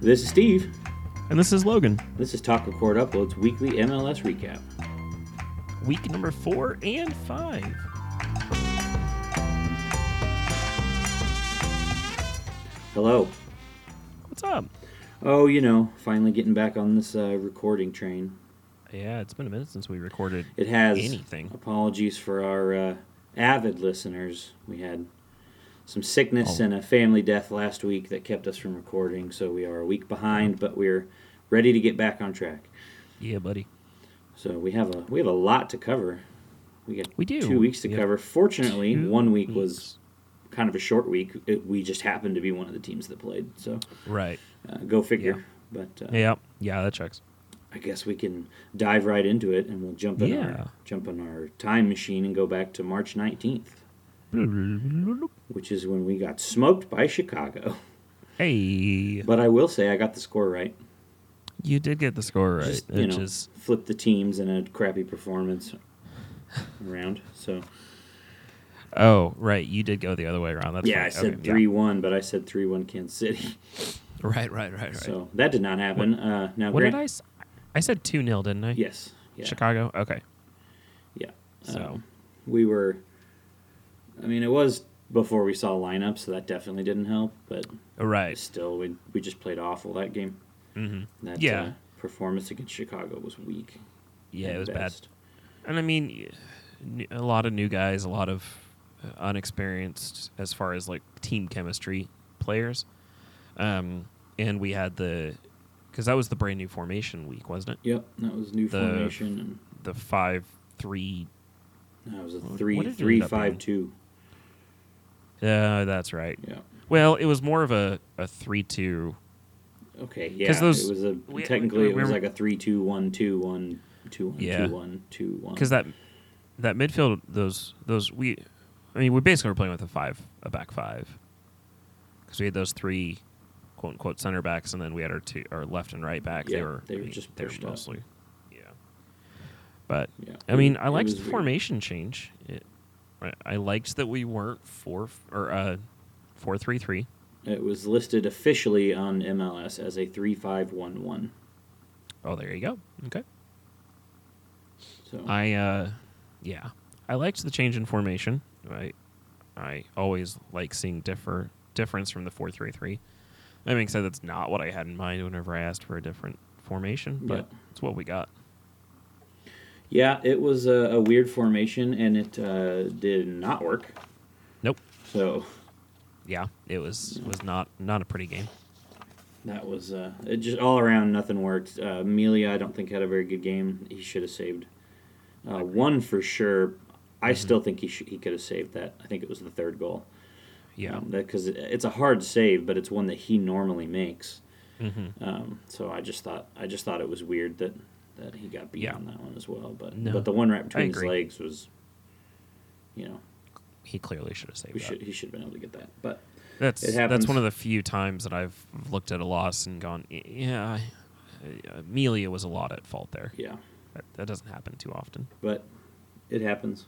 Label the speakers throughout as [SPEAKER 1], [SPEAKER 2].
[SPEAKER 1] This is Steve.
[SPEAKER 2] And this is Logan.
[SPEAKER 1] This is Talk Record Upload's weekly MLS recap.
[SPEAKER 2] Week number four and five.
[SPEAKER 1] Hello.
[SPEAKER 2] What's up?
[SPEAKER 1] Oh, you know, finally getting back on this uh, recording train.
[SPEAKER 2] Yeah, it's been a minute since we recorded.
[SPEAKER 1] It has
[SPEAKER 2] Anything.
[SPEAKER 1] Apologies for our uh, avid listeners. We had some sickness
[SPEAKER 2] Oh.
[SPEAKER 1] and a family death last week that kept us from recording, so we are a week behind, but we're ready to get back on track.
[SPEAKER 2] Yeah, buddy.
[SPEAKER 1] So we have a we have a lot to cover. We got
[SPEAKER 2] We do.
[SPEAKER 1] two weeks to
[SPEAKER 2] We have
[SPEAKER 1] cover. Fortunately,
[SPEAKER 2] two
[SPEAKER 1] one week was
[SPEAKER 2] weeks.
[SPEAKER 1] kind of a short week. It, we just happened to be one of the teams that played, so
[SPEAKER 2] Right.
[SPEAKER 1] uh, go figure. But uh,
[SPEAKER 2] Yeah. Yeah, that checks.
[SPEAKER 1] I guess we can dive right into it, and we'll jump in
[SPEAKER 2] Yeah.
[SPEAKER 1] our jump in our time machine and go back to March nineteenth, which is when we got smoked by Chicago.
[SPEAKER 2] Hey.
[SPEAKER 1] But I will say I got the score right.
[SPEAKER 2] You did get the score right.
[SPEAKER 1] Just you
[SPEAKER 2] which
[SPEAKER 1] know,
[SPEAKER 2] is
[SPEAKER 1] flip the teams in a crappy performance round. So
[SPEAKER 2] oh right, you did go the other way around. That's
[SPEAKER 1] yeah,
[SPEAKER 2] right.
[SPEAKER 1] I said
[SPEAKER 2] Okay, yeah.
[SPEAKER 1] three one, but I said three one Kansas City.
[SPEAKER 2] Right, right, right, right.
[SPEAKER 1] So that did not happen. uh, now,
[SPEAKER 2] what
[SPEAKER 1] Grant,
[SPEAKER 2] did I? s- I said two 0 didn't I?
[SPEAKER 1] Yes. Yeah.
[SPEAKER 2] Chicago. Okay.
[SPEAKER 1] Yeah.
[SPEAKER 2] So
[SPEAKER 1] Um, we were. I mean, it was before we saw lineups, so that definitely didn't help. But
[SPEAKER 2] right.
[SPEAKER 1] still, we we just played awful that game. Mm-hmm. That
[SPEAKER 2] Yeah.
[SPEAKER 1] uh, performance against Chicago was weak.
[SPEAKER 2] Yeah,
[SPEAKER 1] at
[SPEAKER 2] it was bad.
[SPEAKER 1] best.
[SPEAKER 2] And I mean, n- a lot of new guys, a lot of uh, unexperienced as far as like team chemistry players. Um, and we had the because that was the brand new formation week, wasn't it?
[SPEAKER 1] Yep, that was new
[SPEAKER 2] The-
[SPEAKER 1] formation,
[SPEAKER 2] The five three.
[SPEAKER 1] and that was a
[SPEAKER 2] What
[SPEAKER 1] three
[SPEAKER 2] did it
[SPEAKER 1] three
[SPEAKER 2] end up
[SPEAKER 1] five
[SPEAKER 2] being?
[SPEAKER 1] two.
[SPEAKER 2] Uh, that's right.
[SPEAKER 1] Yeah.
[SPEAKER 2] Well, it was more of a a three two.
[SPEAKER 1] Okay. Yeah.
[SPEAKER 2] those-
[SPEAKER 1] it was a
[SPEAKER 2] we-
[SPEAKER 1] technically
[SPEAKER 2] we-
[SPEAKER 1] it was
[SPEAKER 2] we-
[SPEAKER 1] like a three two one two one two one
[SPEAKER 2] Yeah.
[SPEAKER 1] two one two one.
[SPEAKER 2] because that that midfield those those we I mean we basically were playing with a five a back five because we had those three quote unquote center backs and then we had our two our left and right backs
[SPEAKER 1] Yeah,
[SPEAKER 2] they were
[SPEAKER 1] they
[SPEAKER 2] I
[SPEAKER 1] were
[SPEAKER 2] mean,
[SPEAKER 1] just
[SPEAKER 2] they were
[SPEAKER 1] pushed up.
[SPEAKER 2] mostly yeah but
[SPEAKER 1] Yeah,
[SPEAKER 2] I mean
[SPEAKER 1] it-
[SPEAKER 2] I
[SPEAKER 1] it
[SPEAKER 2] liked
[SPEAKER 1] was
[SPEAKER 2] the
[SPEAKER 1] weird.
[SPEAKER 2] formation change it, I, I liked that we weren't four or uh four three three
[SPEAKER 1] It was listed officially on MLS as a 3511.
[SPEAKER 2] oh there you go okay
[SPEAKER 1] So
[SPEAKER 2] I uh yeah. I liked the change in formation. I I always like seeing differ difference from the four three three. That being said, that's not what I had in mind whenever I asked for a different formation, but
[SPEAKER 1] Yeah.
[SPEAKER 2] it's what we got.
[SPEAKER 1] yeah, it was a, a weird formation and it uh, did not work.
[SPEAKER 2] Nope.
[SPEAKER 1] So
[SPEAKER 2] Yeah, it was was not not a pretty game.
[SPEAKER 1] that was uh, it just all around nothing worked. Uh, Melia, I don't think had a very good game. He should have saved uh, one for sure. I
[SPEAKER 2] Mm-hmm.
[SPEAKER 1] still think he sh- he could have saved that. I think it was the third goal.
[SPEAKER 2] Yeah.
[SPEAKER 1] because it, it's a hard save, but it's one that he normally makes.
[SPEAKER 2] Mm-hmm.
[SPEAKER 1] Um, so I just thought I just thought it was weird that that he got beat
[SPEAKER 2] Yeah.
[SPEAKER 1] on that one as well. But
[SPEAKER 2] No,
[SPEAKER 1] but the one right
[SPEAKER 2] I
[SPEAKER 1] between his
[SPEAKER 2] agree.
[SPEAKER 1] legs was, you know,
[SPEAKER 2] He clearly should have saved
[SPEAKER 1] we
[SPEAKER 2] that.
[SPEAKER 1] should he should have been able to get that. But
[SPEAKER 2] That's
[SPEAKER 1] It happens.
[SPEAKER 2] that's one of the few times that I've looked at a loss and gone, "Y- yeah, I- uh, Amelia was a lot at fault there.
[SPEAKER 1] yeah,
[SPEAKER 2] That, that doesn't happen too often.
[SPEAKER 1] but it happens.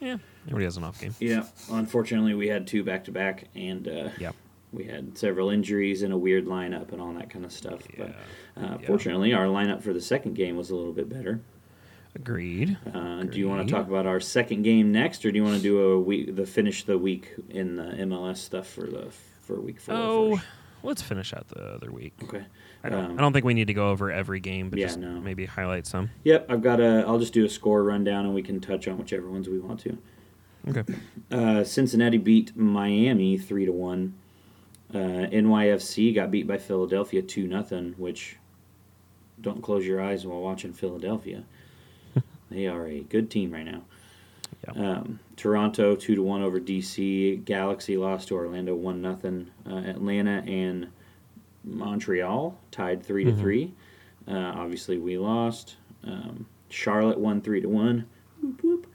[SPEAKER 2] Yeah, everybody has an off game.
[SPEAKER 1] Yeah, unfortunately we had two back to back, and uh,
[SPEAKER 2] Yeah.
[SPEAKER 1] we had several injuries and a weird lineup and all that kind of stuff. But uh,
[SPEAKER 2] Yeah.
[SPEAKER 1] fortunately, our lineup for the second game was a little bit better.
[SPEAKER 2] Agreed.
[SPEAKER 1] Uh, do you want
[SPEAKER 2] Agreed.
[SPEAKER 1] to talk about our second game next, or do you want to do a week the finish the week in the MLS stuff for the for week four?
[SPEAKER 2] Oh,
[SPEAKER 1] first?
[SPEAKER 2] let's finish out the other week.
[SPEAKER 1] okay.
[SPEAKER 2] I don't,
[SPEAKER 1] Um,
[SPEAKER 2] I don't think we need to go over every game, but
[SPEAKER 1] Yeah,
[SPEAKER 2] just
[SPEAKER 1] no.
[SPEAKER 2] maybe highlight some.
[SPEAKER 1] Yep, I've got a. I'll just do a score rundown, and we can touch on whichever ones we want to.
[SPEAKER 2] Okay.
[SPEAKER 1] Uh, Cincinnati beat Miami three to one. Uh, NYFC got beat by Philadelphia two nothing. Which, don't close your eyes while watching Philadelphia. they are a good team right now.
[SPEAKER 2] Yeah.
[SPEAKER 1] Um, Toronto two to one over DC. Galaxy lost to Orlando one nothing. Uh, Atlanta and Montreal tied 3 to three. Uh, obviously, we lost. Um, Charlotte won three to one. Whoop, whoop.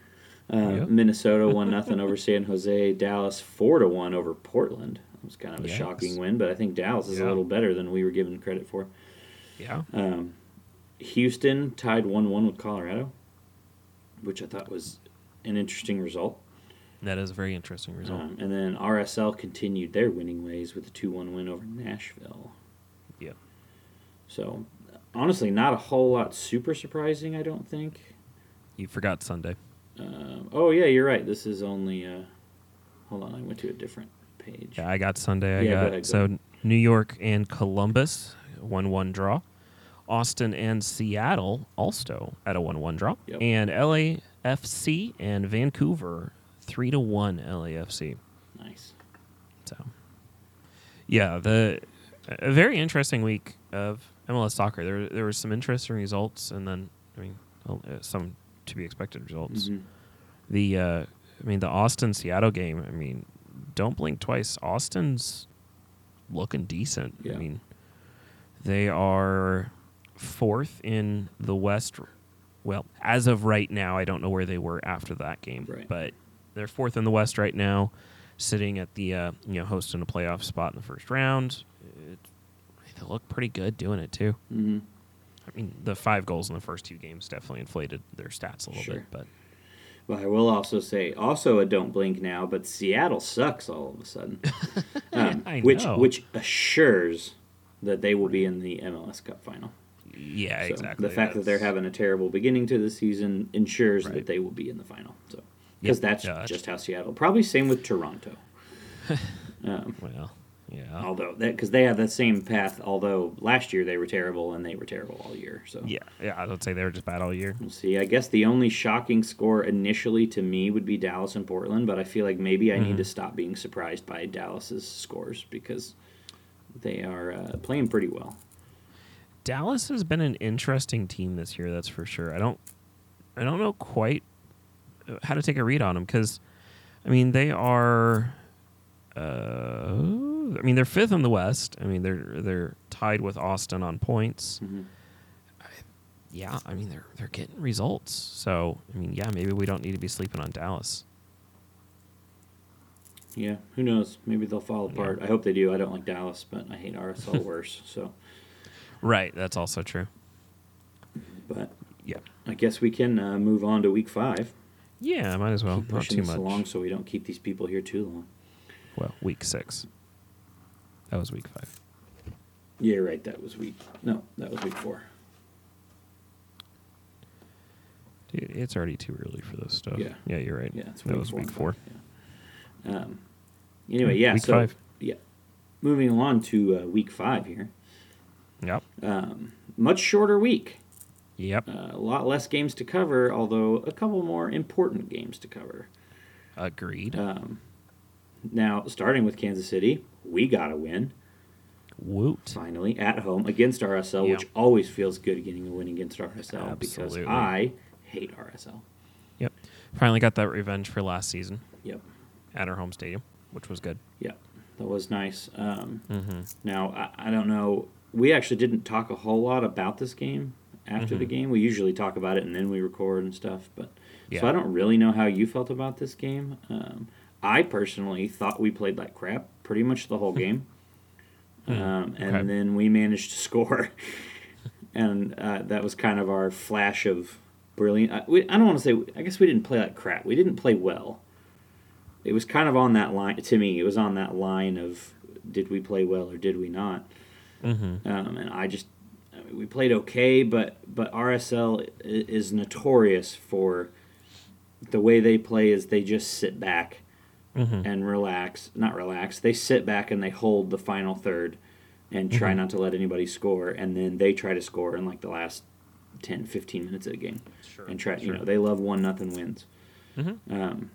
[SPEAKER 1] Uh,
[SPEAKER 2] Yeah.
[SPEAKER 1] Minnesota one nothing over San Jose. Dallas four to one over Portland. It was kind of a
[SPEAKER 2] Yikes.
[SPEAKER 1] shocking win, but I think Dallas is a
[SPEAKER 2] Yeah.
[SPEAKER 1] little better than we were given credit for.
[SPEAKER 2] Yeah.
[SPEAKER 1] Um, Houston tied one one with Colorado, which I thought was an interesting result.
[SPEAKER 2] That is a very interesting
[SPEAKER 1] Uh,
[SPEAKER 2] result.
[SPEAKER 1] Um, and then RSL continued their winning ways with a 2 1 win over Nashville.
[SPEAKER 2] Yeah.
[SPEAKER 1] So, honestly, not a whole lot super surprising, I don't think.
[SPEAKER 2] You forgot Sunday.
[SPEAKER 1] Um, oh, yeah, you're right. This is only. Uh, hold on, I went to a different page.
[SPEAKER 2] Yeah, I got Sunday. I
[SPEAKER 1] Yeah, go
[SPEAKER 2] got
[SPEAKER 1] ahead, go
[SPEAKER 2] so
[SPEAKER 1] ahead.
[SPEAKER 2] New York and Columbus, one-one draw. Austin and Seattle also at a one-one draw,
[SPEAKER 1] Yep.
[SPEAKER 2] and LAFC and Vancouver three to one LAFC.
[SPEAKER 1] Nice.
[SPEAKER 2] So, yeah, the a very interesting week of MLS soccer. There there were some interesting results, and then I mean uh, some to be expected results.
[SPEAKER 1] Mhm.
[SPEAKER 2] The uh, I mean the Austin Seattle game. I mean, don't blink twice. Austin's looking decent. I
[SPEAKER 1] Yeah.
[SPEAKER 2] mean, they are fourth in the West. Well, as of right now, I don't know where they were after that game,
[SPEAKER 1] Right.
[SPEAKER 2] but they're fourth in the West right now, sitting at the uh, you know hosting a playoff spot in the first round. It, they look pretty good doing it too.
[SPEAKER 1] Mhm.
[SPEAKER 2] I mean, the five goals in the first two games definitely inflated their stats a little
[SPEAKER 1] Sure.
[SPEAKER 2] bit, but
[SPEAKER 1] But I will also say, also a don't blink now, but Seattle sucks all of a sudden. Um,
[SPEAKER 2] I
[SPEAKER 1] which
[SPEAKER 2] know.
[SPEAKER 1] which assures that they will be in the MLS Cup final.
[SPEAKER 2] yeah,
[SPEAKER 1] So
[SPEAKER 2] exactly.
[SPEAKER 1] The fact that they're
[SPEAKER 2] That's-
[SPEAKER 1] having a terrible beginning to the season ensures
[SPEAKER 2] Right.
[SPEAKER 1] that they will be in the final. So because
[SPEAKER 2] Yep.
[SPEAKER 1] that's
[SPEAKER 2] Yeah, that's-
[SPEAKER 1] just how Seattle. Probably same with Toronto. um,
[SPEAKER 2] well, yeah,
[SPEAKER 1] although that because they have that same path. Although last year they were terrible and they were terrible all year. So
[SPEAKER 2] yeah, yeah. I would say they were just bad all year.
[SPEAKER 1] We'll see. I guess the only shocking score initially to me would be Dallas and Portland, but I feel like maybe I
[SPEAKER 2] Mm-hmm.
[SPEAKER 1] need to stop being surprised by Dallas's scores because they are uh, playing pretty well.
[SPEAKER 2] Dallas has been an interesting team this year, that's for sure. I don't I don't know quite uh, how to take a read on them cuz I mean they are uh, I mean they're 5th in the West. I mean they're they're tied with Austin on points.
[SPEAKER 1] Mm-hmm.
[SPEAKER 2] I, yeah, I mean they're they're getting results. So, I mean yeah, maybe we don't need to be sleeping on Dallas.
[SPEAKER 1] Yeah, who knows? Maybe they'll fall
[SPEAKER 2] Yeah.
[SPEAKER 1] apart. I hope they do. I don't like Dallas, but I hate RSL worse. So,
[SPEAKER 2] Right, that's also true.
[SPEAKER 1] but
[SPEAKER 2] Yeah.
[SPEAKER 1] I guess we can uh, move on to week five.
[SPEAKER 2] Yeah, might as well.
[SPEAKER 1] Keep
[SPEAKER 2] Not
[SPEAKER 1] pushing
[SPEAKER 2] too
[SPEAKER 1] this
[SPEAKER 2] much.
[SPEAKER 1] along so we don't keep these people here too long.
[SPEAKER 2] Well, week 6. That was week 5.
[SPEAKER 1] Yeah, right. That was week. No, that was week four.
[SPEAKER 2] Dude, it's already too early for this stuff.
[SPEAKER 1] Yeah.
[SPEAKER 2] yeah, you're right.
[SPEAKER 1] Yeah, it's
[SPEAKER 2] that
[SPEAKER 1] week
[SPEAKER 2] was
[SPEAKER 1] four.
[SPEAKER 2] week four.
[SPEAKER 1] Yeah. Um, anyway, yeah.
[SPEAKER 2] Week
[SPEAKER 1] so
[SPEAKER 2] five.
[SPEAKER 1] yeah, moving along to uh, week five here.
[SPEAKER 2] Yep.
[SPEAKER 1] Um, much shorter week.
[SPEAKER 2] Yep.
[SPEAKER 1] Uh, a lot less games to cover, although a couple more important games to cover.
[SPEAKER 2] Agreed.
[SPEAKER 1] Um, now, starting with Kansas City, we got to win
[SPEAKER 2] Woot.
[SPEAKER 1] finally at home against RSL,
[SPEAKER 2] Yeah.
[SPEAKER 1] which always feels good getting a win against RSL because
[SPEAKER 2] Absolutely.
[SPEAKER 1] I hate RSL.
[SPEAKER 2] Yep. Finally got that revenge for last season
[SPEAKER 1] Yep.
[SPEAKER 2] at our home stadium, which was good.
[SPEAKER 1] Yep. That was nice. Um,
[SPEAKER 2] Mm-hmm.
[SPEAKER 1] Now, I, I don't know. We actually didn't talk a whole lot about this game after the
[SPEAKER 2] Mm-hmm.
[SPEAKER 1] game. We usually talk about it and then we record and stuff. But so
[SPEAKER 2] Yeah.
[SPEAKER 1] I don't really know how you felt about this game. Um, I personally thought we played like crap pretty much the whole game, um, and
[SPEAKER 2] okay.
[SPEAKER 1] then we managed to score, and uh, that was kind of our flash of brilliant. I, we, I don't want to say. I guess we didn't play like crap. We didn't play well it was kind of on that line to me. It was on that line of did we play well or did we not? Mm-hmm. Um, and I just I mean, we played okay, but but RSL i- is notorious for the way they play is they just sit back and relax, not relax. They sit back and they hold the final third and try not to let anybody score, and then they try to score in like the last 10, 15 minutes of the game.
[SPEAKER 2] Sure,
[SPEAKER 1] And try, you
[SPEAKER 2] sure. Mm-hmm.
[SPEAKER 1] know, they love one nothing wins. Um,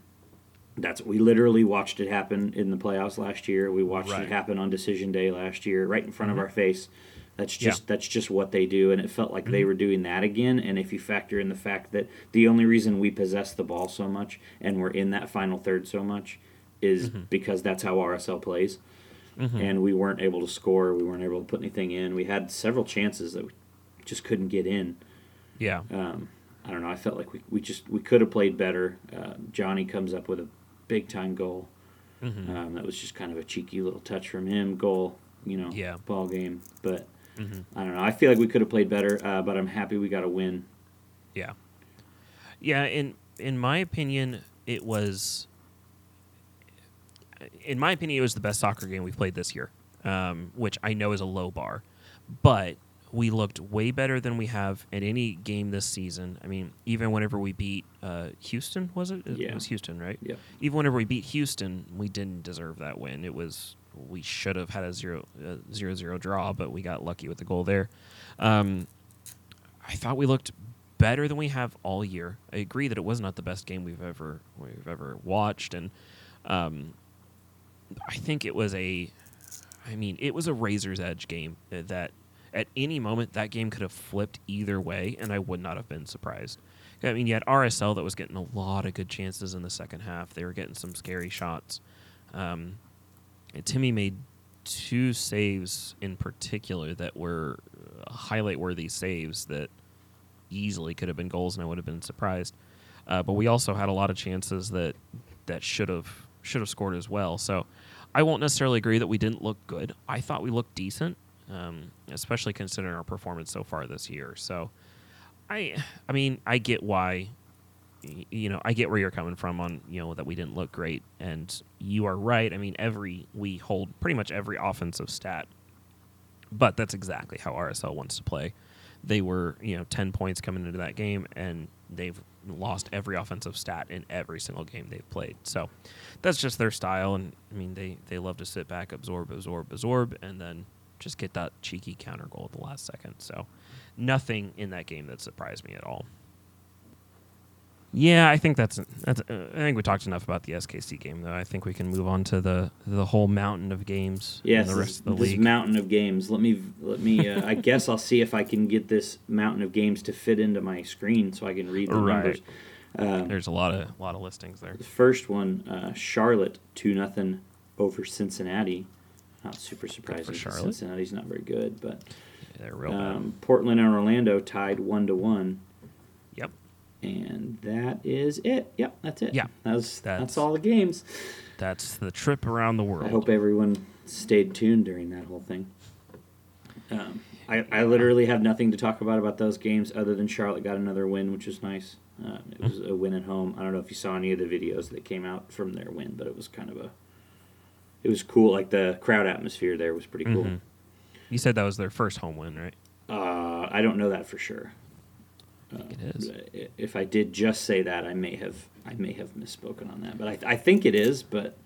[SPEAKER 1] that's we literally watched it happen in the playoffs last year. We watched
[SPEAKER 2] Right. Mm-hmm.
[SPEAKER 1] it happen on decision day last year, right in front of our face. That's
[SPEAKER 2] Yeah. Mm-hmm.
[SPEAKER 1] just that's just what they do, and it felt like they were doing that again. And if you factor in the fact that the only reason we possess the ball so much and we're in that final third so much is
[SPEAKER 2] Mm-hmm.
[SPEAKER 1] because that's how RSL plays, and we weren't able to score, we weren't able to put anything in. We had several chances that we just couldn't get in
[SPEAKER 2] Yeah.
[SPEAKER 1] um, I don't know. I felt like we, we just we could have played better. Uh, Johnny comes up with a big time goal.
[SPEAKER 2] Mm-hmm.
[SPEAKER 1] Um, that was just kind of a cheeky little touch from him. Goal, you know,
[SPEAKER 2] Yeah. Mm-hmm.
[SPEAKER 1] ball game. But I don't know. I feel like we could have played better. Uh, but I'm happy we got a win.
[SPEAKER 2] Yeah. Yeah, in in my opinion, it was in my opinion, it was the best soccer game we've played this year, um, which I know is a low bar. but we looked way better than we have at any game this season. I mean, even whenever we beat uh, Houston, was it? It
[SPEAKER 1] Yeah.
[SPEAKER 2] was Houston, right?
[SPEAKER 1] Yeah.
[SPEAKER 2] Even whenever we beat Houston, we didn't deserve that win. It was we should have had a zero uh, zero zero draw, but we got lucky with the goal there. Um, I thought we looked better than we have all year. I agree that it was not the best game we've ever we've ever watched, and um, I think it was a, I mean, it was a razor's edge game uh, that at any moment that game could have flipped either way, and I would not have been surprised. I mean, you had RSL that was getting a lot of good chances in the second half. They were getting some scary shots. Um, and Timmy made two saves in particular that were highlight worthy saves that easily could have been goals, and I would have been surprised. Uh, but we also had a lot of chances that that should have should have scored as well. So I won't necessarily agree that we didn't look good. I thought we looked decent, um, especially considering our performance so far this year. So I I mean I get why y- you know I get where you're coming from on you know that we didn't look great, and you are right. I mean every we hold pretty much every offensive stat but that's exactly how RSL wants to play. They were, you know, 10 points coming into that game, and they've lost every offensive stat in every single game they've played. So that's just their style. And I mean, they, they love to sit back, absorb, absorb, absorb, and then just get that cheeky counter goal at the last second. So nothing in that game that surprised me at all. Yeah, I think that's that's. Uh, I think we talked enough about the SKC game, though. I think we can move on to the the whole mountain of games
[SPEAKER 1] Yes,
[SPEAKER 2] and the
[SPEAKER 1] this-
[SPEAKER 2] rest of the
[SPEAKER 1] this
[SPEAKER 2] league.
[SPEAKER 1] mountain of games. Let me let me. Uh, I guess I'll see if I can get this mountain of games to fit into my screen so I can read the
[SPEAKER 2] Right.
[SPEAKER 1] numbers.
[SPEAKER 2] There's a lot of lot of listings there.
[SPEAKER 1] The first one, uh, Charlotte two nothing over Cincinnati. Not super surprising.
[SPEAKER 2] Charlotte.
[SPEAKER 1] Cincinnati's not very good, but
[SPEAKER 2] They're real
[SPEAKER 1] um, Portland and Orlando tied one to one,
[SPEAKER 2] bad. Yep.
[SPEAKER 1] and that is it. Yep, that's it.
[SPEAKER 2] Yeah,
[SPEAKER 1] that was, that's
[SPEAKER 2] that's-
[SPEAKER 1] all the games.
[SPEAKER 2] That's the trip around the world.
[SPEAKER 1] I hope everyone stayed tuned during that whole thing. Um, I, I literally have nothing to talk about about those games other than Charlotte got another win, which was nice. Uh, it was a win at home. I don't know if you saw any of the videos that came out from their win, but it was kind of a. It was cool. Like the crowd atmosphere there was pretty cool.
[SPEAKER 2] Mhm. you said that was their first home win, right?
[SPEAKER 1] Uh, I don't know that for sure. Uh,
[SPEAKER 2] I think it is.
[SPEAKER 1] I- If I did just say that, I may have I may have misspoken on that, but I, I think it is. But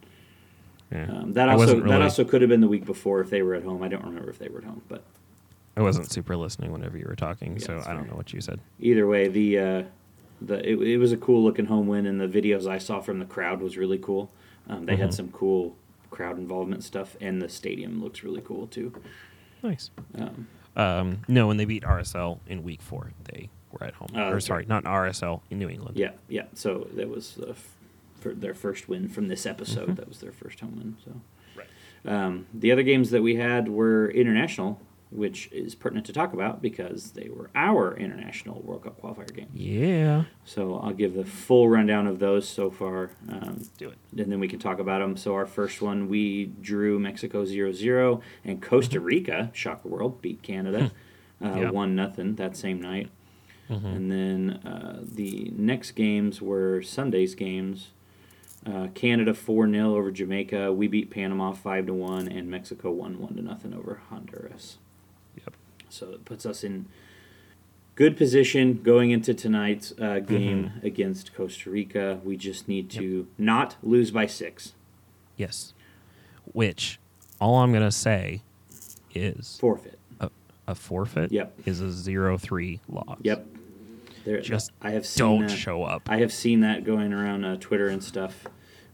[SPEAKER 2] Yeah.
[SPEAKER 1] um, that
[SPEAKER 2] I
[SPEAKER 1] also
[SPEAKER 2] wasn't really,
[SPEAKER 1] that also could have been the week before if they were at home. I don't remember if they were at home, but
[SPEAKER 2] I wasn't super listening whenever you were talking,
[SPEAKER 1] Yeah,
[SPEAKER 2] so
[SPEAKER 1] that's
[SPEAKER 2] I don't
[SPEAKER 1] fair.
[SPEAKER 2] know what you said.
[SPEAKER 1] either way, the uh, the it, it was a cool looking home win, and the videos I saw from the crowd was really cool. Um, they had some cool crowd involvement stuff, and the stadium looks really cool too.
[SPEAKER 2] Nice.
[SPEAKER 1] Um,
[SPEAKER 2] Um, no, when they beat RSL in week four, they were at home.
[SPEAKER 1] Oh,
[SPEAKER 2] or
[SPEAKER 1] that's
[SPEAKER 2] sorry, not in RSL in New England.
[SPEAKER 1] yeah, yeah. So that was uh, f- for their first win from this episode. That was their first home win. So.
[SPEAKER 2] Right.
[SPEAKER 1] Um, the other games that we had were international, which is pertinent to talk about because they were our international World Cup qualifier game.
[SPEAKER 2] Yeah.
[SPEAKER 1] So I'll give the full rundown of those so far. Um,
[SPEAKER 2] Do it.
[SPEAKER 1] and then we can talk about them. So our first one, we drew Mexico 0-0, and Costa Rica, shock world, beat Canada
[SPEAKER 2] Hmm. Yeah.
[SPEAKER 1] uh, one nothing that same night.
[SPEAKER 2] Mhm.
[SPEAKER 1] And then uh, the next games were Sunday's games. Uh, Canada 4 0 over Jamaica. We beat Panama 5 to 1, and Mexico 1 1 to nothing over Honduras.
[SPEAKER 2] Yep.
[SPEAKER 1] So it puts us in good position going into tonight's uh, game
[SPEAKER 2] Mm-hmm.
[SPEAKER 1] against Costa Rica. We just need to not lose by six.
[SPEAKER 2] Yes. Which, all I'm gonna say, is
[SPEAKER 1] Forfeit.
[SPEAKER 2] a, a forfeit.
[SPEAKER 1] Yep.
[SPEAKER 2] Is a zero three loss.
[SPEAKER 1] Yep. There,
[SPEAKER 2] Just
[SPEAKER 1] I have seen
[SPEAKER 2] Don't
[SPEAKER 1] that.
[SPEAKER 2] show up.
[SPEAKER 1] I have seen that going around uh, Twitter and stuff.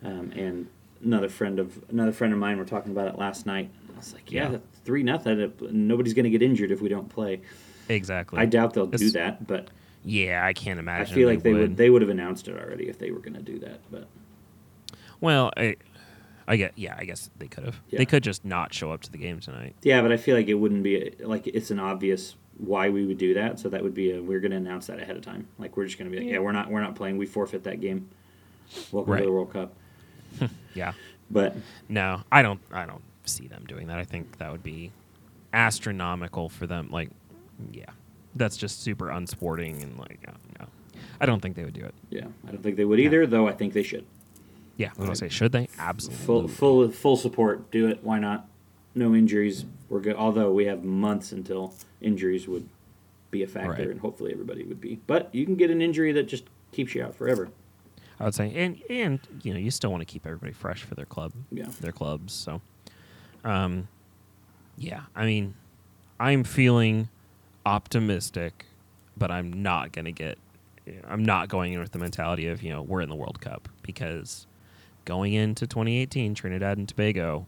[SPEAKER 1] Um, and another friend of another friend of mine were talking about it last night. I was like, yeah,
[SPEAKER 2] Yeah.
[SPEAKER 1] three nothing. Nobody's going to get injured if we don't play.
[SPEAKER 2] Exactly.
[SPEAKER 1] I doubt they'll do
[SPEAKER 2] It's-
[SPEAKER 1] that, but
[SPEAKER 2] Yeah, I can't
[SPEAKER 1] I
[SPEAKER 2] imagine.
[SPEAKER 1] feel like they would they would have announced it already if they were going to do that. But
[SPEAKER 2] well, I, I get. Yeah, I guess they could have.
[SPEAKER 1] Yeah.
[SPEAKER 2] They could just not show up to the game tonight.
[SPEAKER 1] Yeah, but I feel like it wouldn't be like it's an obvious why we would do that. So that would be a, we're going to announce that ahead of time. Like we're just going to be like, yeah, we're not we're not playing. We forfeit that game. Welcome
[SPEAKER 2] Right.
[SPEAKER 1] to the World Cup.
[SPEAKER 2] Yeah.
[SPEAKER 1] But
[SPEAKER 2] No, I don't. I don't see them doing that. I think that would be astronomical for them. Like, yeah, that's just super unsporting and like, uh, no, I don't think they would do it.
[SPEAKER 1] yeah, I don't think they would either. Though I think they should.
[SPEAKER 2] Yeah, I was gonna say, should they? Absolutely.
[SPEAKER 1] Full full full support. Do it. Why not? no injuries. We're good. Although we have months until injuries would be a factor,
[SPEAKER 2] Right.
[SPEAKER 1] and hopefully everybody would be. But you can get an injury that just keeps you out forever.
[SPEAKER 2] I would say, and and you know, you still want to keep everybody fresh for their club,
[SPEAKER 1] Yeah.
[SPEAKER 2] their clubs. So, um, yeah, I mean, I'm feeling optimistic, but I'm not gonna get, I'm not going in with the mentality of you know we're in the World Cup because going into 2018, Trinidad and Tobago.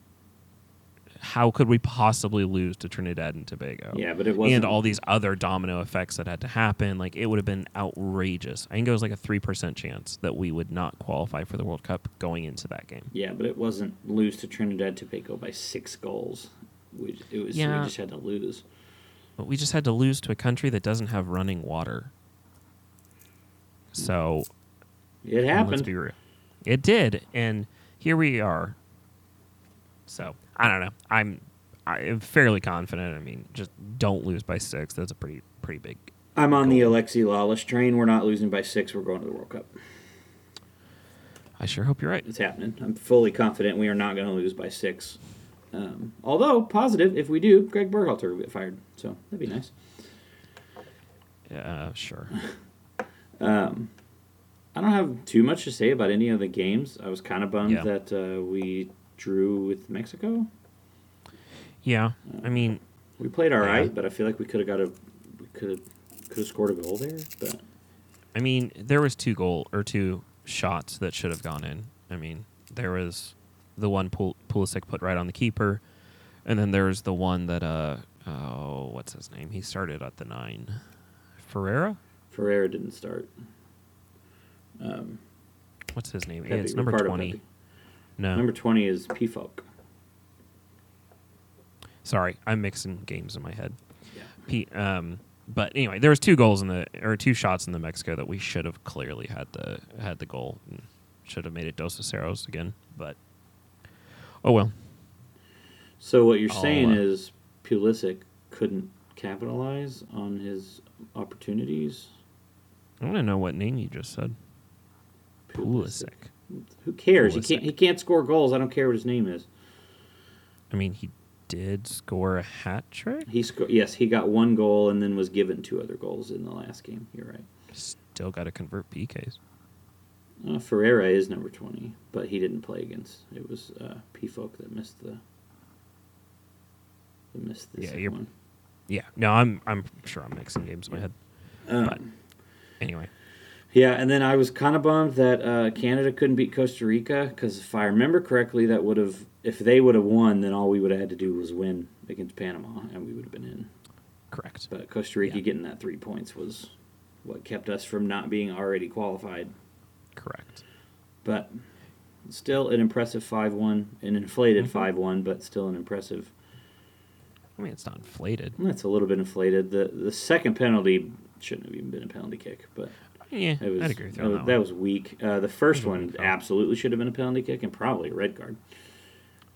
[SPEAKER 2] How could we possibly lose to Trinidad and Tobago?
[SPEAKER 1] Yeah, but it wasn't.
[SPEAKER 2] Oh. and all these other domino effects that had to happen. Like it would have been outrageous. I think it was like a three percent chance that we would not qualify for the World Cup going into that game.
[SPEAKER 1] Yeah, but it wasn't lose to Trinidad Tobago by six goals. We, it was
[SPEAKER 2] Yeah.
[SPEAKER 1] we just had to lose.
[SPEAKER 2] But we just had to lose to a country that doesn't have running water. So
[SPEAKER 1] It
[SPEAKER 2] and Let's
[SPEAKER 1] happened.
[SPEAKER 2] be real. It did, and here we are. So I don't know. I'm I'm fairly confident. I mean, just don't lose by six. That's a pretty pretty big.
[SPEAKER 1] I'm on the Alexi Lawless train. We're not losing by six. We're going to the World Cup.
[SPEAKER 2] I sure hope you're right.
[SPEAKER 1] It's happening. I'm fully confident we are not going to lose by six. Um, although positive, if we do, Greg Berhalter will get fired. So that'd be nice.
[SPEAKER 2] Uh, sure.
[SPEAKER 1] Um, I don't have too much to say about any of the games. I was kind of bummed
[SPEAKER 2] Yeah.
[SPEAKER 1] that uh, we drew with Mexico.
[SPEAKER 2] Yeah. I mean,
[SPEAKER 1] We played all
[SPEAKER 2] Yeah.
[SPEAKER 1] right, but I feel like we could have got a we could have could have scored a goal there. But
[SPEAKER 2] I mean, there was two goal or two shots that should have gone in. I mean, there was the one Pul- Pulisic put right on the keeper, and then there was the one that uh oh what's his name? He started at the nine, Ferreira.
[SPEAKER 1] Ferreira didn't start. Um,
[SPEAKER 2] What's his name? Yeah,
[SPEAKER 1] Pepe,
[SPEAKER 2] it's number
[SPEAKER 1] Ricardo
[SPEAKER 2] twenty.
[SPEAKER 1] Pepe.
[SPEAKER 2] No,
[SPEAKER 1] Number twenty is P Folk.
[SPEAKER 2] sorry, I'm mixing games in my head.
[SPEAKER 1] Yeah.
[SPEAKER 2] P, um, but anyway, there was two goals in the or two shots in the Mexico that we should have clearly had the had the goal, and should have made it Dos Aceros again. But oh well.
[SPEAKER 1] So what you're
[SPEAKER 2] I'll,
[SPEAKER 1] saying
[SPEAKER 2] uh,
[SPEAKER 1] is Pulisic couldn't capitalize on his opportunities.
[SPEAKER 2] I want to know what name you just said. Pulisic.
[SPEAKER 1] Who cares? He
[SPEAKER 2] Pulisic.
[SPEAKER 1] can't. He can't score goals. I don't care what his name is.
[SPEAKER 2] I mean, he did score a hat trick.
[SPEAKER 1] He sco- Yes, he got one goal and then was given two other goals in the last game. You're right.
[SPEAKER 2] Still got to convert PKs.
[SPEAKER 1] Uh, Ferreira is number twenty, but he didn't play against. It was uh, P Folk that missed the. That missed the
[SPEAKER 2] Yeah,
[SPEAKER 1] second
[SPEAKER 2] you're-
[SPEAKER 1] one.
[SPEAKER 2] Yeah. No, I'm I'm sure I'm mixing games in my head.
[SPEAKER 1] Um,
[SPEAKER 2] but anyway,
[SPEAKER 1] Yeah, and then I was kind of bummed that uh, Canada couldn't beat Costa Rica because if I remember correctly, that would have if they would have won, then all we would have had to do was win against Panama, and we would have been in.
[SPEAKER 2] correct.
[SPEAKER 1] But Costa Rica
[SPEAKER 2] Yeah.
[SPEAKER 1] getting that three points was what kept us from not being already qualified.
[SPEAKER 2] Correct.
[SPEAKER 1] But still, an impressive five-one, an inflated five-one, but still an impressive.
[SPEAKER 2] I mean, it's not inflated.
[SPEAKER 1] That's a little bit inflated. The the second penalty shouldn't have even been a penalty kick, but
[SPEAKER 2] Yeah,
[SPEAKER 1] It was,
[SPEAKER 2] I'd agree with you
[SPEAKER 1] that,
[SPEAKER 2] on
[SPEAKER 1] was-
[SPEAKER 2] that,
[SPEAKER 1] that
[SPEAKER 2] one.
[SPEAKER 1] was weak. Uh, the first
[SPEAKER 2] That was a
[SPEAKER 1] one
[SPEAKER 2] weak foul.
[SPEAKER 1] absolutely should have been a penalty kick and probably a red card.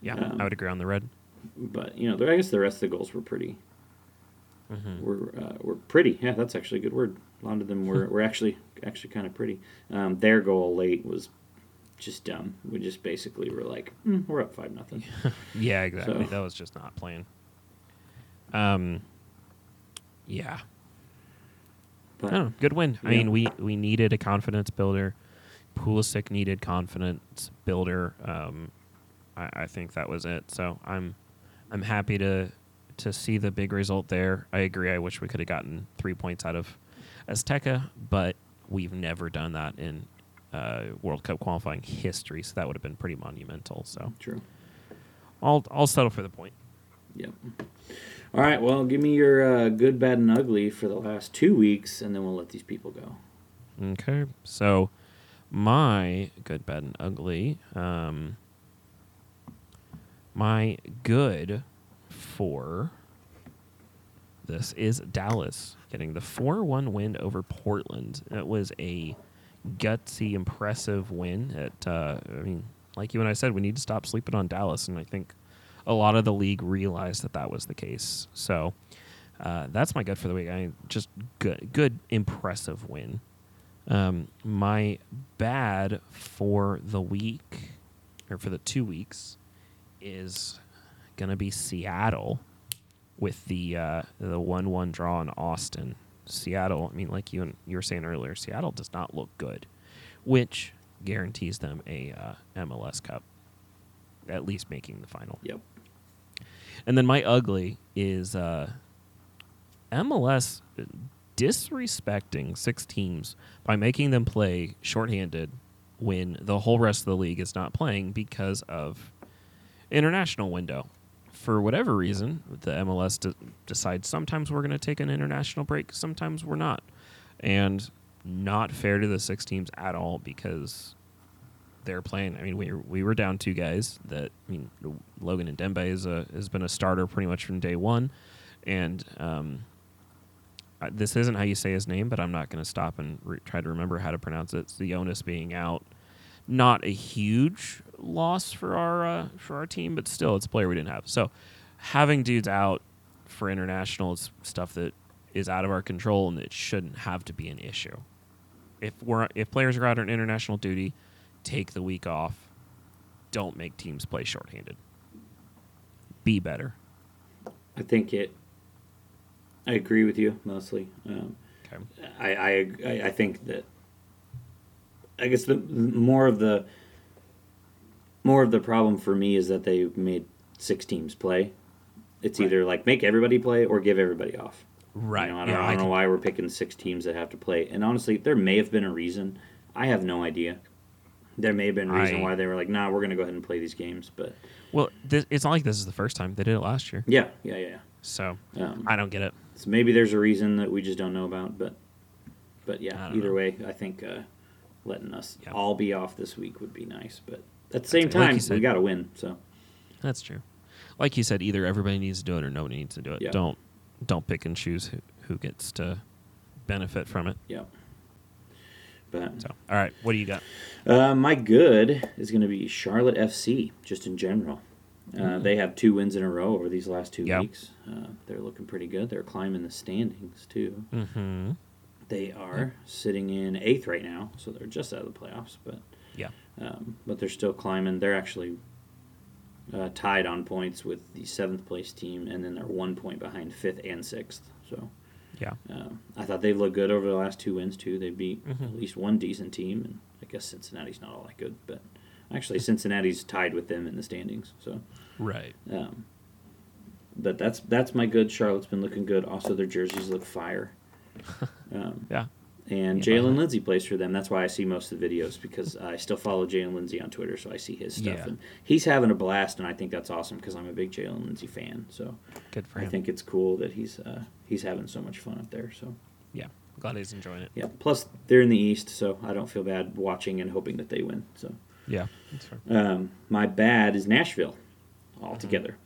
[SPEAKER 2] Yeah,
[SPEAKER 1] um,
[SPEAKER 2] I would agree on the red.
[SPEAKER 1] But you know, the- I guess the rest of the goals were pretty.
[SPEAKER 2] Mm-hmm.
[SPEAKER 1] Were uh, were pretty. Yeah, that's actually a good word. A lot of them were, were actually actually kind of pretty. Um, their goal late was just dumb. We just basically were like, "Mm, we're up five nothing.
[SPEAKER 2] Yeah, exactly.
[SPEAKER 1] So-
[SPEAKER 2] That was just not playing. Um, yeah.
[SPEAKER 1] But
[SPEAKER 2] No, Oh, good win. I
[SPEAKER 1] Yeah.
[SPEAKER 2] mean, we we needed a confidence builder. Pulisic needed confidence builder. Um, I, I think that was it. So I'm I'm happy to to see the big result there. I agree. I wish we could have gotten three points out of Azteca, but we've never done that in uh, World Cup qualifying history. So that would have been pretty monumental. So
[SPEAKER 1] true.
[SPEAKER 2] I'll I'll settle for the point.
[SPEAKER 1] Yep. All right. Well, give me your uh, good, bad, and ugly for the last two weeks, and then we'll let these people go.
[SPEAKER 2] Okay. So my good, bad, and ugly. Um, my good for this is Dallas getting the 4 1 win over Portland. That was a gutsy, impressive win. At, uh, I mean, like you and I said, we need to stop sleeping on Dallas. And I think a lot of the league realized that that was the case. So uh, that's my good for the week. I mean, just good, good, impressive win. Um, my bad for the week, or for the two weeks, is gonna be Seattle with the uh, the one one draw in Austin. Seattle, I mean, like you and you were saying earlier, Seattle does not look good, which guarantees them a uh, MLS Cup, at least making the final.
[SPEAKER 1] Yep.
[SPEAKER 2] And then my ugly is uh, MLS disrespecting six teams by making them play shorthanded when the whole rest of the league is not playing because of international window. For whatever reason, the MLS de- decides sometimes we're going to take an international break, sometimes we're not. And not fair to the six teams at all because they're playing. I mean, we we were down two guys. That I mean, Logan and Dembe is a has been a starter pretty much from day one, and um, I- this isn't how you say his name, but I'm not going to stop and re- try to remember how to pronounce it. Sionis being out, not a huge loss for our uh, for our team, but still, it's a player we didn't have. So having dudes out for international is stuff that is out of our control and it shouldn't have to be an issue. If we're if players are out on international duty, take the week off. Don't make teams play shorthanded. Be better.
[SPEAKER 1] I think it. I agree with you mostly. Um,
[SPEAKER 2] Okay.
[SPEAKER 1] I, I ag- I I think that. I guess the more of the. More of the problem for me is that they made six teams play. It's
[SPEAKER 2] Right.
[SPEAKER 1] either like make everybody play or give everybody off.
[SPEAKER 2] Right.
[SPEAKER 1] You know, I don't, I don't know why we're picking six teams that have to play. And honestly, there may have been a reason. I have no idea. There may have been a reason
[SPEAKER 2] I-
[SPEAKER 1] why they were like, nah, we're going to go ahead and play these games. But
[SPEAKER 2] Well, this, it's not like this is the first time they did it last year.
[SPEAKER 1] yeah, yeah, yeah.
[SPEAKER 2] So
[SPEAKER 1] yeah. Um,
[SPEAKER 2] I don't get it.
[SPEAKER 1] so maybe there's a reason that we just don't know about. But but
[SPEAKER 2] I
[SPEAKER 1] yeah,
[SPEAKER 2] don't
[SPEAKER 1] either
[SPEAKER 2] know.
[SPEAKER 1] way, I think uh, letting us
[SPEAKER 2] Yeah.
[SPEAKER 1] all be off this week would be nice. But at the same
[SPEAKER 2] it. Like
[SPEAKER 1] time,
[SPEAKER 2] you
[SPEAKER 1] we
[SPEAKER 2] said-
[SPEAKER 1] got to win. So
[SPEAKER 2] That's true. Like you said, either everybody needs to do it or nobody needs to do it.
[SPEAKER 1] Yeah.
[SPEAKER 2] Don't don't pick and choose who, who gets to benefit from it.
[SPEAKER 1] yeah. But
[SPEAKER 2] So all right, what do you got?
[SPEAKER 1] Uh, my good is going to be Charlotte FC, just in general. Uh, They have two wins in a row over these last two
[SPEAKER 2] Mm-hmm. Yeah.
[SPEAKER 1] weeks. Uh, they're looking pretty good. They're climbing the standings, too.
[SPEAKER 2] Mm-hmm.
[SPEAKER 1] They are sitting in eighth right now, so they're just out of the playoffs, but
[SPEAKER 2] Yeah.
[SPEAKER 1] um, but they're still climbing. They're actually uh, tied on points with the seventh place team, and then they're one point behind fifth and sixth. So
[SPEAKER 2] Yeah.
[SPEAKER 1] um, I thought they've looked good over the last two wins too. They beat
[SPEAKER 2] Mhm.
[SPEAKER 1] at least one decent team, and I guess Cincinnati's not all that good, but actually Cincinnati's tied with them in the standings. So,
[SPEAKER 2] Right.
[SPEAKER 1] um, but that's that's my good. Charlotte's been looking good. Also, their jerseys look fire. Um,
[SPEAKER 2] Yeah.
[SPEAKER 1] and
[SPEAKER 2] Yeah.
[SPEAKER 1] Jalen Lindsey plays for them. That's why I see most of the videos because I still follow Jalen Lindsey on Twitter, so I see his stuff.
[SPEAKER 2] Yeah.
[SPEAKER 1] And he's having a blast, and I think that's awesome because I'm a big Jalen Lindsey fan. So
[SPEAKER 2] Good for
[SPEAKER 1] I
[SPEAKER 2] him.
[SPEAKER 1] think it's cool that he's uh, he's having so much fun up there. So.
[SPEAKER 2] yeah. Glad he's enjoying it.
[SPEAKER 1] Yeah. Plus, they're in the East, so I don't feel bad watching and hoping that they win. So,
[SPEAKER 2] Yeah. That's fair.
[SPEAKER 1] um, my bad is Nashville altogether.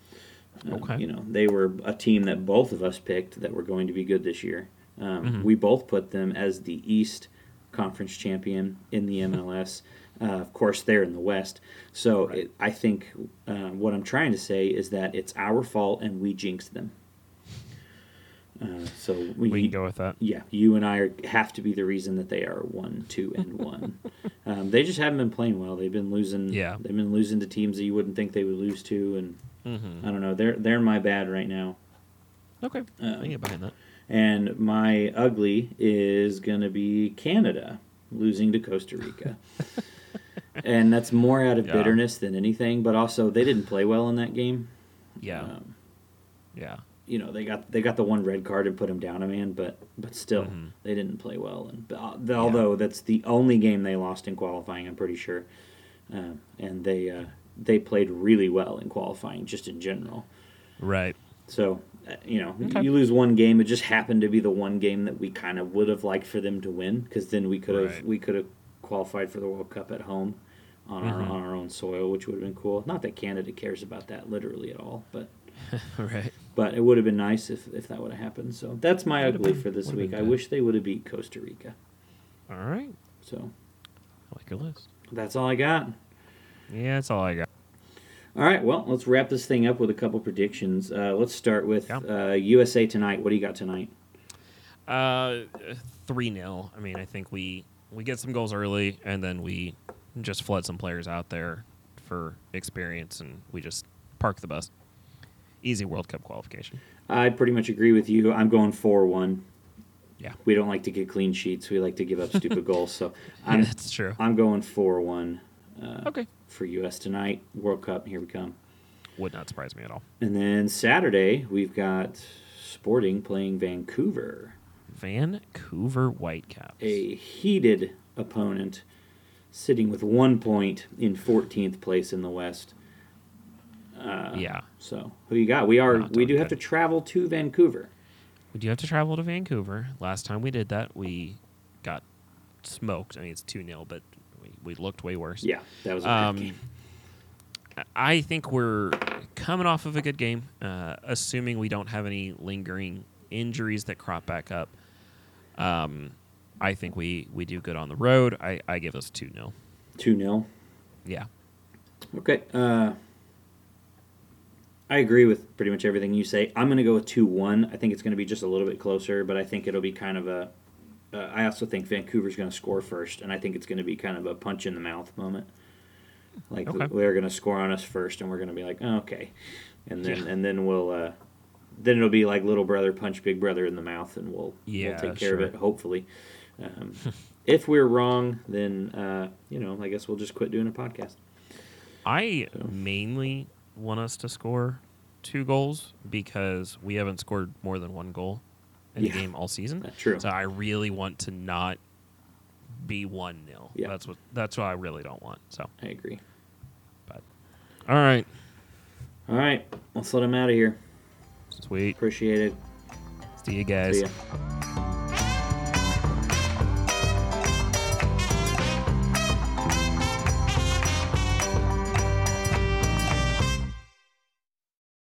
[SPEAKER 1] Um,
[SPEAKER 2] Okay.
[SPEAKER 1] You know, they were a team that both of us picked that were going to be good this year. Um,
[SPEAKER 2] Mhm.
[SPEAKER 1] We both put them as the East Conference champion in the MLS. uh, of course, they're in the West. So,
[SPEAKER 2] Right.
[SPEAKER 1] it, I think uh, what I'm trying to say is that it's our fault and we jinxed them. Uh, so we,
[SPEAKER 2] We can go with that.
[SPEAKER 1] yeah, you and I are, have to be the reason that they are one, two, and one. um, they just haven't been playing well. They've been losing.
[SPEAKER 2] Yeah.
[SPEAKER 1] they've been losing to teams that you wouldn't think they would lose to, and
[SPEAKER 2] Mm-hmm.
[SPEAKER 1] I don't know. They're they're my bad right now.
[SPEAKER 2] Okay. I
[SPEAKER 1] Um,
[SPEAKER 2] can get behind that.
[SPEAKER 1] and my ugly is gonna be Canada losing to Costa Rica. and that's more out of
[SPEAKER 2] Yeah.
[SPEAKER 1] bitterness than anything, but also they didn't play well in that game.
[SPEAKER 2] Yeah.
[SPEAKER 1] Um,
[SPEAKER 2] yeah.
[SPEAKER 1] you know they got they got the one red card and put him down a man, but but still
[SPEAKER 2] Mhm.
[SPEAKER 1] they didn't play well. And but, uh, the- although that's the only game they lost in qualifying, I'm pretty sure, um, and they uh, they played really well in qualifying just in general.
[SPEAKER 2] Right.
[SPEAKER 1] So uh, you know
[SPEAKER 2] Okay.
[SPEAKER 1] you lose one game, it just happened to be the one game that we kind of would have liked for them to win because then we could have
[SPEAKER 2] Right.
[SPEAKER 1] we could have qualified for the World Cup at home. On our,
[SPEAKER 2] Mhm.
[SPEAKER 1] on our own soil, which would have been cool. Not that Canada cares about that literally at all, but
[SPEAKER 2] right.
[SPEAKER 1] but it would have been nice if, if that would have happened. So that's my
[SPEAKER 2] Would've
[SPEAKER 1] ugly
[SPEAKER 2] been-
[SPEAKER 1] for this
[SPEAKER 2] would've
[SPEAKER 1] week.
[SPEAKER 2] been
[SPEAKER 1] I
[SPEAKER 2] good.
[SPEAKER 1] wish they would have beat Costa Rica.
[SPEAKER 2] All right.
[SPEAKER 1] So
[SPEAKER 2] I like your list.
[SPEAKER 1] that's all I got.
[SPEAKER 2] Yeah, that's all I got.
[SPEAKER 1] All right, well, let's wrap this thing up with a couple predictions. Uh, let's start with
[SPEAKER 2] Yeah.
[SPEAKER 1] uh, USA tonight. What do you got tonight?
[SPEAKER 2] Uh, three 0 I mean, I think we we get some goals early, and then we just flood some players out there for experience, and we just park the bus. easy World Cup qualification.
[SPEAKER 1] I pretty much agree with you. I'm going 4 1.
[SPEAKER 2] Yeah.
[SPEAKER 1] We don't like to get clean sheets. We like to give up stupid goals. So I'm,
[SPEAKER 2] yeah, that's true.
[SPEAKER 1] I'm going 4 1 uh,
[SPEAKER 2] okay,
[SPEAKER 1] for U.S. tonight. World Cup, here we come.
[SPEAKER 2] would not surprise me at all.
[SPEAKER 1] And then Saturday, we've got Sporting playing Vancouver,
[SPEAKER 2] Vancouver Whitecaps.
[SPEAKER 1] a heated opponent, sitting with one point in 14th place in the West. Uh,
[SPEAKER 2] yeah,
[SPEAKER 1] So who you got? We are
[SPEAKER 2] Not
[SPEAKER 1] we
[SPEAKER 2] doing
[SPEAKER 1] do have to
[SPEAKER 2] good.
[SPEAKER 1] travel to Vancouver.
[SPEAKER 2] we do have to travel to Vancouver. Last time we did that, we got smoked. I mean, it's two 0 but we, we looked way worse.
[SPEAKER 1] Yeah, that was a bad
[SPEAKER 2] Um,
[SPEAKER 1] game.
[SPEAKER 2] I think we're coming off of a good game, uh, assuming we don't have any lingering injuries that crop back up. Um, I think we, we do good on the road. I, I give us 2 0.
[SPEAKER 1] Two 0
[SPEAKER 2] Yeah.
[SPEAKER 1] Okay. Uh, I agree with pretty much everything you say. I'm going to go with 2 1. I think it's going to be just a little bit closer, but I think it'll be kind of a. Uh, I also think Vancouver's going to score first, and I think it's going to be kind of a punch in the mouth moment. Like
[SPEAKER 2] Okay.
[SPEAKER 1] they're going to score on us first, and we're going to be like, oh, okay, and then
[SPEAKER 2] Yeah.
[SPEAKER 1] and then we'll uh, then it'll be like little brother punch big brother in the mouth, and we'll
[SPEAKER 2] Yeah,
[SPEAKER 1] we'll take care
[SPEAKER 2] sure.
[SPEAKER 1] of it hopefully. Um, if we're wrong, then uh, you know I guess we'll just quit doing a podcast.
[SPEAKER 2] I mainly want us to score two goals because we haven't scored more than one goal in
[SPEAKER 1] Yeah.
[SPEAKER 2] a game all season.
[SPEAKER 1] Uh, true.
[SPEAKER 2] So I really want to not be 1 0.
[SPEAKER 1] Yeah.
[SPEAKER 2] That's what that's what I really don't want. So,
[SPEAKER 1] I agree.
[SPEAKER 2] but all right.
[SPEAKER 1] All right, let's let him out of here.
[SPEAKER 2] Sweet.
[SPEAKER 1] Appreciate it.
[SPEAKER 2] See you guys.
[SPEAKER 1] See ya.